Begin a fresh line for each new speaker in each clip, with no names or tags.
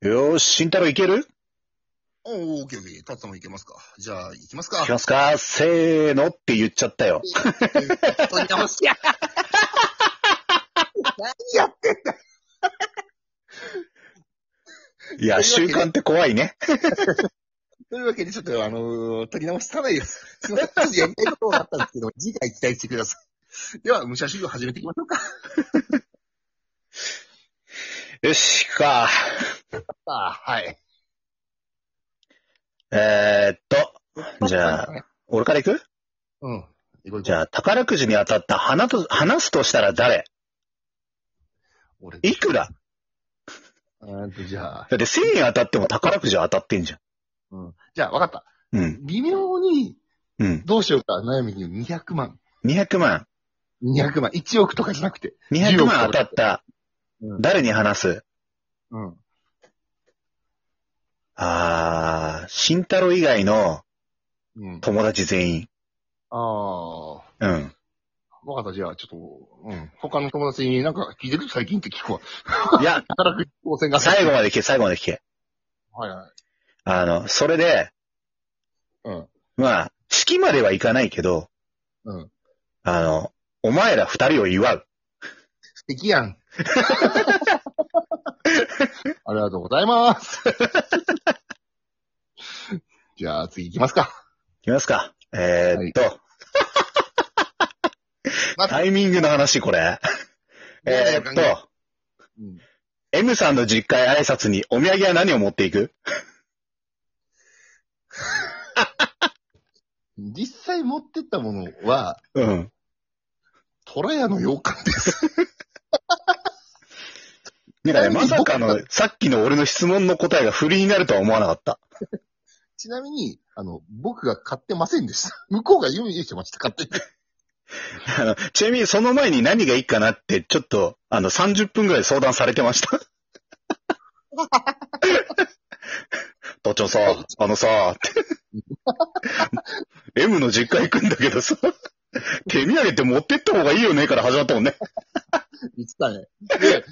よーし、慎太郎いける
おー、オッケーオッケー。タッツもいけますか。じゃあ、行きます
い
か
き。ますかせーのって言っちゃ ったよ。
人に騙す何やってんだ
いや、習慣って怖いね。
というわけで、ちょっと、あのー、取り直しつかないです。すいません、ちょっとやりたいことがあったんですけど、 次回期待してください。では、武者修行始めていきましょうか。
よし、行くか。
ああ、はい。
えー、っと、じゃあ、
あ。
俺から行く
うん。行こう行こう
じゃあ、宝くじに当たった花と、話すとしたら誰
俺
いくら
うーんと、じゃあ、
だって1000円当たっても宝くじは当たってんじゃ
うん。じゃあ、わかった。
ん。うん。
微妙に、
うん。
どうしようか、悩みに200万。
200万。
200万。1億とかじゃなくて。
200万当たった。
うん
誰に話す
うん。
あー、慎太郎以外の
うん。
友達全員。
ああ。
うん。
わかった、じゃあ、ちょっと、うん。他の友達になんか聞いてる最近って聞くわ。
いや、
宝くじ当選が。
最後。まで聞け、最後まで聞け。
はいはい。
あの、それで、
うん。
まあ、式まではいかないけど、
うん。
あの、お前ら二人を祝う。
素敵や ん。ありがとうございます。じゃあ、次行きますか。
いきますか。えーっと、
また
タイミングの話、これ。えーっと、
うん、
M さんの実家へ挨拶にお土産は何を持っていく
実際持ってったものは、
うん。
虎屋の洋館です。
なんかね、まさかの、さっきの俺の質問の答えが不利になるとは思わなかった。
ちなみに、あの、僕が買ってませんでした。向こうが用意してました、買って。
あの、 ちなみにその前に何がいいかなって、ちょっと、あの、30分ぐらい相談されてました。どっちもさ、あのさ、って M の実家行くんだけどさ、手土産って持ってった方がいいよねから始まったもんね。
言ってたね。で、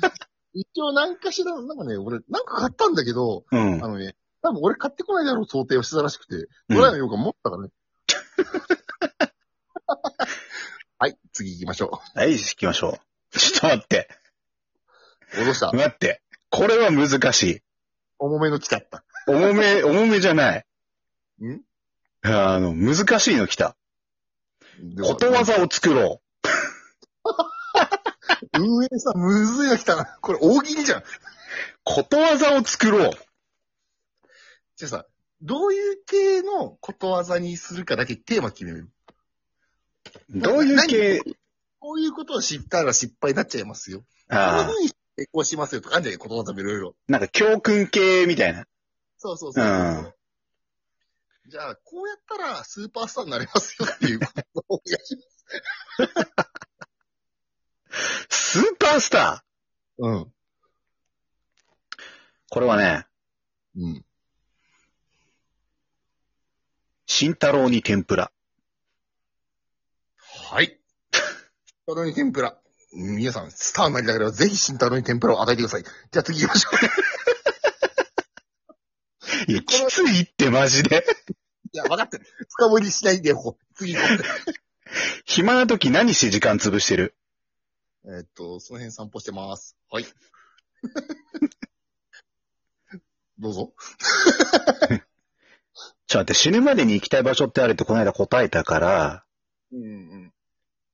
一応なんかしら、なんかね、俺、なんか買ったんだけど、
うん。
あのね、多分俺買ってこないだろう想定をしてたらしくて、
うん
ドライのようか持っ たからね。はい、次行きましょ
はい、行きましょう。ちょっと待って、
う。戻した。
待って。これは難しい。
重めの来ちゃった。
重め、重めじゃない。
ん
あの、難しいの来た。ことわ。ざを作ろう。
運営さん、むずいの来たな。これ大喜利じゃん。
ことわざを作ろう。
じゃあさ、どういう系のことわざにするかだけテーマ決める。
どういう系、
こういうことを知ったら失敗になっちゃいますよ。こういう
ああ
ふうに成功しますよとかあるんじゃないことわざもいろいろ。
なんか教訓系みたいな。
そうそうそうそうう。
ん
じゃあ、こうやったらスーパースターになれますよっていうことをお願いします。
スーパースター
うん。
これはね、
うん。
慎太郎に天ぷら。
はい。慎太郎に天ぷら。皆さん、スターになりながら、ぜひ慎太郎に天ぷらを与えてください。じゃあ次行きましょう。
いや、きついってマジで。
いや、分かってる。深掘りしないでよ、ここ次行こ
暇な時何して時間潰してる
う。えーっと、その辺散歩してます。はい。 どうぞ。
ちょっと待って、死ぬまでに行きたい場所ってあるってこの間答えたから、
うんうん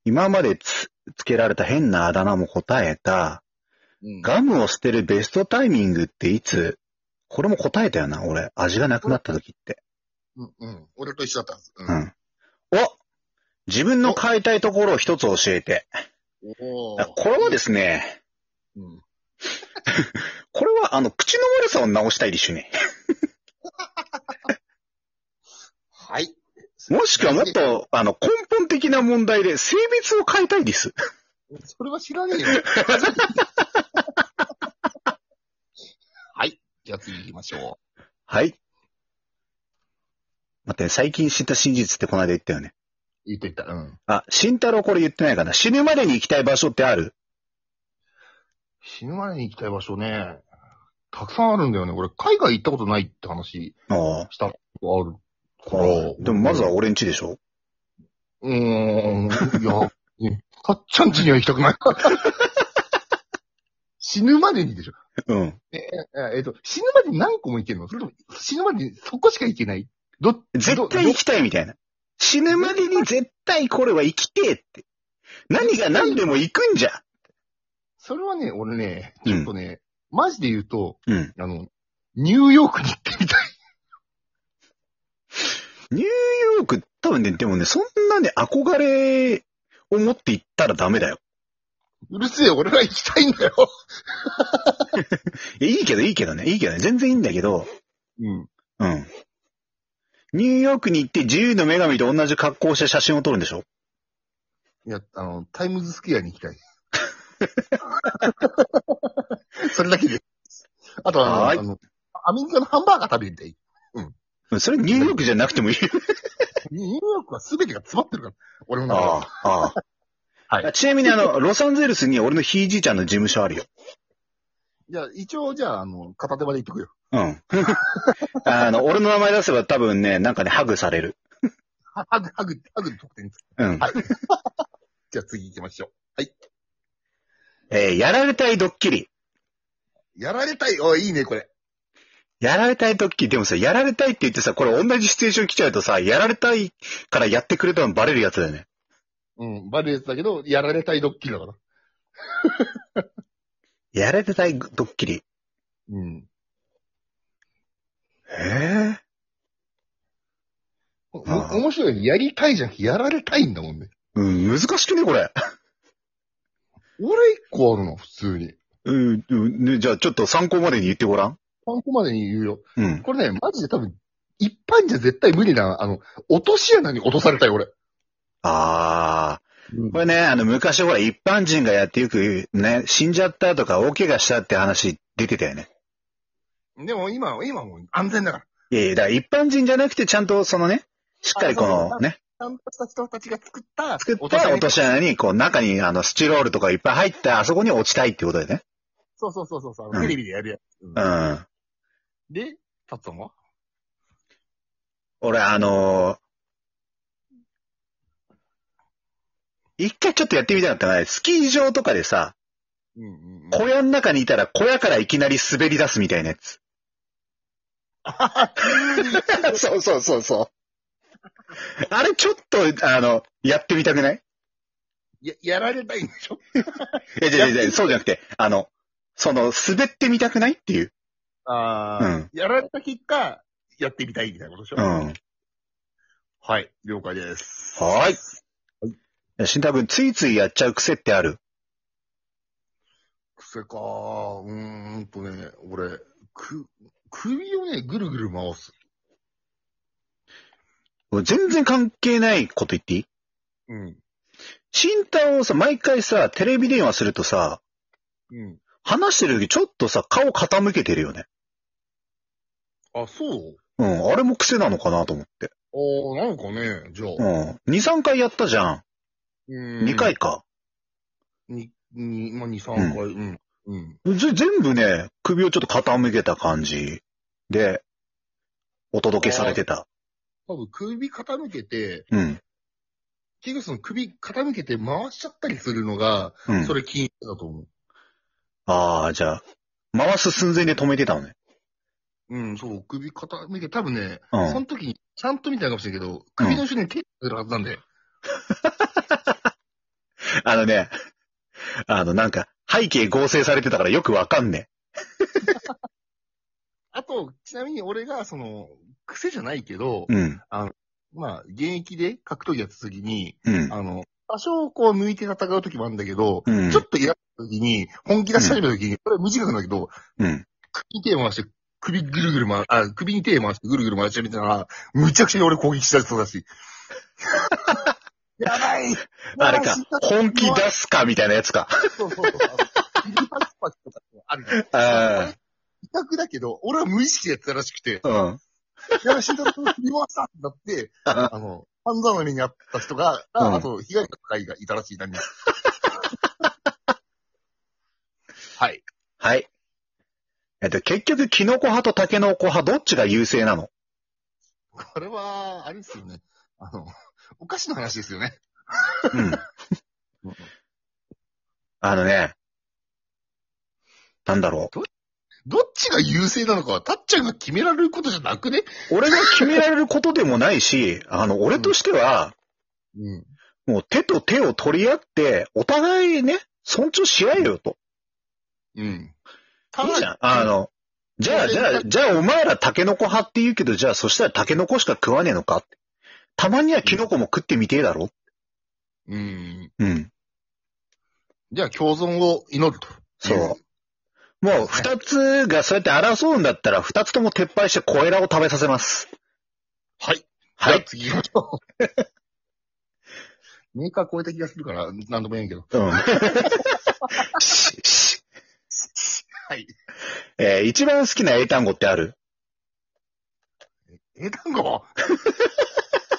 今までつ、つけられた変なあだ名も答えた、
うん
ガムを捨てるベストタイミングっていつこれも答えたよな、俺。味がなくなった時って。
うんうん。俺と一緒だったはず。
う。
うん
お自分の変えたいところを一つ教えて。
ん。お
あ
ー。
これはですね、
うん。
これは、あの、口の悪さを直したいでしょね。
はい。
もしくはもっと、あの、根本的な問題で性別を変えたいです。
それは知らねえ よ。はい。じゃあ次行きましょ
はい。待ってね、最近知った真実ってこの間言ったよね。
う。言っといた。うん。
あ、慎太郎これ言ってないかな。死ぬまでに行きたい場所ってある
死ぬまでに行きたい場所ね。たたくさんあるんだよね。俺、海外行ったことないって話
あ
したことある
あ。
から。
でもまずは俺んちでしょ
うーん、いや、 ねかっちゃんちには行きたくない。 死ぬまでにでしょ。
うん。
ええっと、死ぬまでに何個も行けるのそれとも、死ぬまでにそこしか行けないどっ
絶対行きたいみたいな。死ぬまでに絶対これは生きてえって。何が何でも行くんじゃ。
それはね、俺ね、
うん
ちょっとね、マジで言うと、
うん。
あの、ニューヨークに行ってみたい。
ニューヨーク、多分ね、でもね、そんなね、憧れを持って行ったらダメだよ。
うるせえよ、俺は行きたいんだよ。
いやいいけど、いいけどね。いいけどね。全然いいんだけど、
うん。
うん。ニューヨークに行って自由の女神と同じ格好をして写真を撮るんでしょ
いや、あの、タイムズスクエアに行き たい。それだけで。あとは、
は
あ
い
の、アメリカのハンバーガー食べてみたい。
それニューヨークじゃなくてもいい。
ニューヨークは全てが詰まってるから。俺の中では。
ああ、ああ。
はい
ちなみにあの、ロサンゼルスに俺のひいじいちゃんの事務所あるよ。
じゃあ、一応、じゃあ、あの、片手まで行っとくよ。
うん。あの、俺の名前出せば多分ね、なんかね、ハグされる。
はハグ、ハグ、ハグの得点です。
うん。
はい。じゃあ次行きましょ
えーやられたいドッキリ。
う。やられたい。おい、いいね、これ。
やられたいドッキリ。でもさ、やられたいって言ってさ、これ同じシチュエーション来ちゃうとさ、やられたいからやってくれたのバレるやつだよね。
うん、バレるやつだけど、やられたいドッキリだから。
やられたいドッキリ。
うん。
え
お
ああ
面白い。やりたいじゃん。やられたいんだもんね。
うん、難しくね、これ。
俺一個あるの、普通に。
うん、うんねじゃあちょっと参考までに言ってごらん。
参考までに言うよ。
うん。
これね、マジで多分、一般じゃ絶対無理な、あの、落とし穴に落とされたい、俺。
あー。これね、あの、昔ほら、一般人がやってよくね、死んじゃったとか、大怪我したって話出てたよね。
でも今、今もう安全だから。
いやいや、だから一般人じゃなくて、ちゃんとそのね、しっかりこ
あそ
の
う
ね、
ちゃんとした人たちが作った、
作った落とし穴に、こう中にあのスチロールとかいっぱい入った、あそこに落ちたいってことでね。
そうそうそうそうそう、あ
う
の
ん
テレビでやるやつ。うん
うん。
で、タッツさんは
俺、あのー一回ちょっとやってみたかったのがね、スキー場とかでさ、
うんうんうん。
小屋の中にいたら小屋からいきなり滑り出すみたいなやつ。 そうそうそうそう。あれちょっと、あの、やってみたくない
や、やられたいんでしょ
いやいやいやいや、そうじゃなくて、あの、その、滑ってみたくないっていう。
あ
う
あ、
ん。
やられた結果、やってみたいみたいなことでしょ、
うん。
はい、了解です。
はーい。新太君、ついついやっちゃう癖ってある
癖かー。うーんとね、俺、く、首をね、ぐるぐる回す。
全然関係ないこと言っていい
うん。
新太をさ、毎回さ、テレビ電話するとさ、
うん。
話してる時ちょっとさ、顔傾けてるよね。
あ、そう
うん。あれも癖なのかなと思って。
ああ、なんかね、じゃあ。
うん。2、3回やったじゃん。
う
2。回か。
に、に、まあ、2、3回。うん。うん。
ぜ全部ね、首をちょっと傾けた感じで、お届けされてた。
多分首傾けて、
うん。
結局その首傾けて回しちゃったりするのが、
うん
そ。れ禁止だと思う。
ああ、じゃあ、回す寸前で止めてたのね。
うん、そう、首傾け、多分ね、
うん
その時に、ちゃんと見たのかもしれないけど、首の後ろに手が出るはずなんで、
あのね、 あの、なんか、背景合成されてたからよくわかんね
あと、ちなみに俺が、その、癖じゃないけど
え。、うん。
まあ、現役で格闘技やった時に、
うん。
あの、多少こう抜いて戦う時もあるんだけど、
うん
ちょっと嫌な時に、本気出し始めた時に、これは無自覚なんだけど、
うん。
首に手を回して、首ぐるぐる回、あ、首に手を回してぐるぐる回してみたら、むちゃくちゃに俺攻撃したりそうだし。やばい
あれか、本気出すかみたいなやつか。
そうそうそう。あの指パチパチとかってあるじゃん
あ
威嚇だけど、俺は無意識でやってたらしくて、
あ。 うん。
いや、慎太郎君振り回したんだ って、あの、半沢の目にあった人が、
うん
ああと、被害者の会がいたらしい、何人かはい。
はい。えっと、結局、キノコ派とタケノコ派、どっちが優勢なの
これは、あれですよね。あの、お菓子の話ですよね。
うん。 あのね、なんだろ
どっちが優勢なのかは、たっちゃんが決められることじゃなくね
う。俺が決められることでもないし、あの、俺としては、
うん。
もう手と手を取り合って、お互いね、尊重し合えよと。
うん。
いいじゃん。あの、じゃあ、じゃあ、じゃあお前らタケノコ派って言うけど、じゃあそしたらタケノコしか食わねえのかってたまにはキノコも食ってみてえだろ
うん。
うん。
じゃあ、共存を祈ると。
そう。もう二つがそうやって争うんだったら、二つとも撤廃してコエラを食べさせます。
はい。
は
じゃあ
い。
次行きましょう。 メーカー超えた気がするから、なんとも言えんけど。
うん。しし
はい。
えー一番好きな英単語ってある
英単語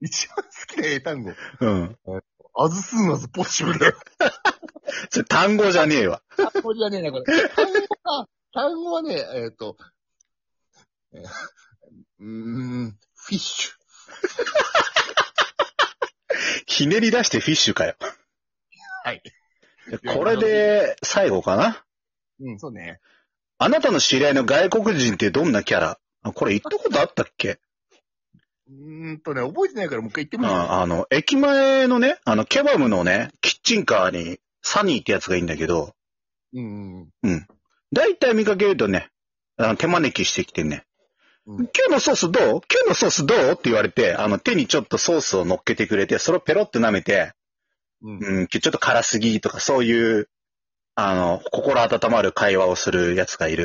一番好きな英単語。
うん。
アズスーンアズポッシブル。
それ単語じゃねえわ。
単語じゃねえな、これ。単語か、単語はね、えっ、と、えーうーん、フィッシュ。
ひねり出してフィッシュかよ。
はい。
これで最後かな。
うん、そうね。
あなたの知り合いの外国人ってどんなキャラあこれ言ったことあったっけ
うーんとね、覚えてないからもう一回言って
うん
みよ
あの、駅前のね、あの、ケバブのね、キッチンカーにサニーってやつがいいんだけど、
う。うん。
だいたい見かけるとね、あの手招きしてきてね、
う
今
ん
日のソースどう今日のソースどうって言われて、あの手にちょっとソースを乗っけてくれて、それをペロって舐めて、
うん。
うん、今日ちょっと辛すぎとかそういう、あの、心温まる会話をするやつがいる。